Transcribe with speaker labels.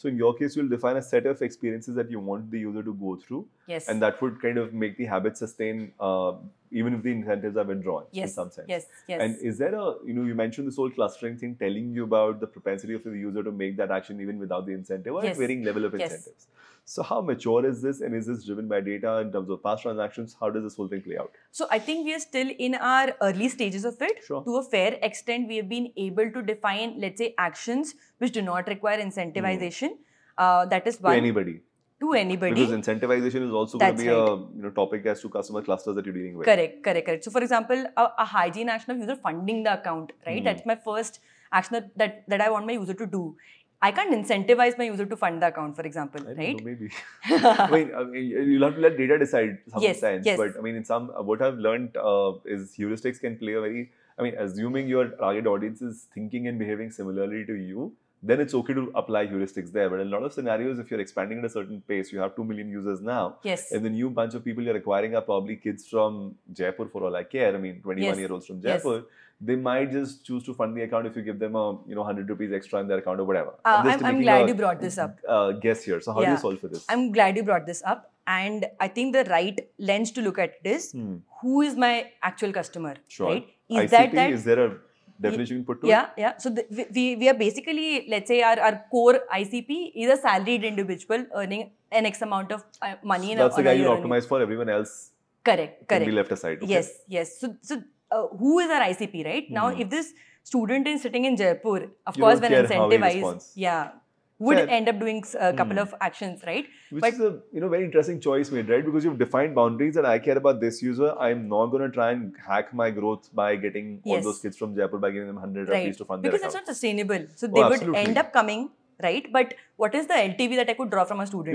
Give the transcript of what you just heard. Speaker 1: So in your case, you'll define a set of experiences that you want the user to go through,
Speaker 2: Yes.
Speaker 1: and that would kind of make the habit sustain uh, even if the incentives are withdrawn in
Speaker 2: yes.
Speaker 1: some sense.
Speaker 2: Yes. Yes.
Speaker 1: And is there a you know you mentioned this whole clustering thing telling you about the propensity of the user to make that action even without the incentive or
Speaker 2: Yes.
Speaker 1: at varying level of
Speaker 2: Yes.
Speaker 1: incentives. So how mature is this and is this driven by data in terms of past transactions? How does this whole thing play out?
Speaker 2: So I think we are still in our early stages of it.
Speaker 1: Sure.
Speaker 2: To a fair extent, we have been able to define, let's say, actions which do not require incentivization. Uh, that is
Speaker 1: Hmm. To
Speaker 2: one
Speaker 1: anybody.
Speaker 2: to anybody.
Speaker 1: Because incentivization is also going to
Speaker 2: That's
Speaker 1: be a you know topic as to customer clusters that you're dealing with.
Speaker 2: Correct, correct, correct. So, for example, a, a hygiene action of user funding the account, right?
Speaker 1: Hmm.
Speaker 2: That's my first action that, that that I want my user to do. I can't incentivize my user to fund the account, for example,
Speaker 1: I don't
Speaker 2: right?
Speaker 1: know, maybe. I mean, I mean, you'll have to let data decide
Speaker 2: Yes,
Speaker 1: sometimes.
Speaker 2: yes.
Speaker 1: But I mean, in some, what I've learned uh, is heuristics can play a very, I mean, assuming your target audience is thinking and behaving similarly to you, then it's okay to apply heuristics there. But in a lot of scenarios, if you're expanding at a certain pace, you have 2 million users now,
Speaker 2: yes,
Speaker 1: and the new bunch of people you're acquiring are probably kids from Jaipur for all I care. I mean, 21
Speaker 2: Yes,
Speaker 1: year olds from
Speaker 2: yes.
Speaker 1: Jaipur. They might just choose to fund the account if you give them a you know 100 rupees extra in their account or whatever.
Speaker 2: uh,
Speaker 1: just
Speaker 2: I'm, I'm
Speaker 1: making
Speaker 2: glad
Speaker 1: a,
Speaker 2: you brought this up.
Speaker 1: Uh, guess here. So how do you
Speaker 2: Yeah.
Speaker 1: solve for this?
Speaker 2: I'm glad you brought this up, and I think the right lens to look at it is
Speaker 1: Hmm.
Speaker 2: who is my actual customer,
Speaker 1: Sure.
Speaker 2: right? Is
Speaker 1: ICP,
Speaker 2: that that?
Speaker 1: is there a definition you can put to it?
Speaker 2: yeah, yeah. So the, we- we we are basically let's say our, our core ICP is a salaried individual earning an X amount of uh, money in a,
Speaker 1: That's the
Speaker 2: on
Speaker 1: guy you
Speaker 2: a year on-
Speaker 1: optimize for. Everyone else
Speaker 2: Correct,
Speaker 1: can be
Speaker 2: correct.
Speaker 1: left aside. Okay.
Speaker 2: Yes, yes. So, so uh, who is our ICP, right? Now,
Speaker 1: Hmm.
Speaker 2: if this student is sitting in Jaipur, of
Speaker 1: You
Speaker 2: course,
Speaker 1: don't
Speaker 2: when
Speaker 1: care how he
Speaker 2: incentivized,
Speaker 1: responds.
Speaker 2: yeah, would
Speaker 1: Fair.
Speaker 2: end up doing s- a couple
Speaker 1: Hmm.
Speaker 2: of actions, right?
Speaker 1: Which
Speaker 2: But-
Speaker 1: is a you know very interesting choice made, right? Because you've defined boundaries that I care about this user. I'm not going to try and hack my growth by getting all
Speaker 2: Yes.
Speaker 1: those kids from Jaipur by giving them 100
Speaker 2: Right.
Speaker 1: rupees to fund
Speaker 2: Because
Speaker 1: their
Speaker 2: that's
Speaker 1: account.
Speaker 2: not sustainable. So
Speaker 1: Oh,
Speaker 2: they would
Speaker 1: absolutely.
Speaker 2: end up coming, right? But what is the LTV that I could draw from a student?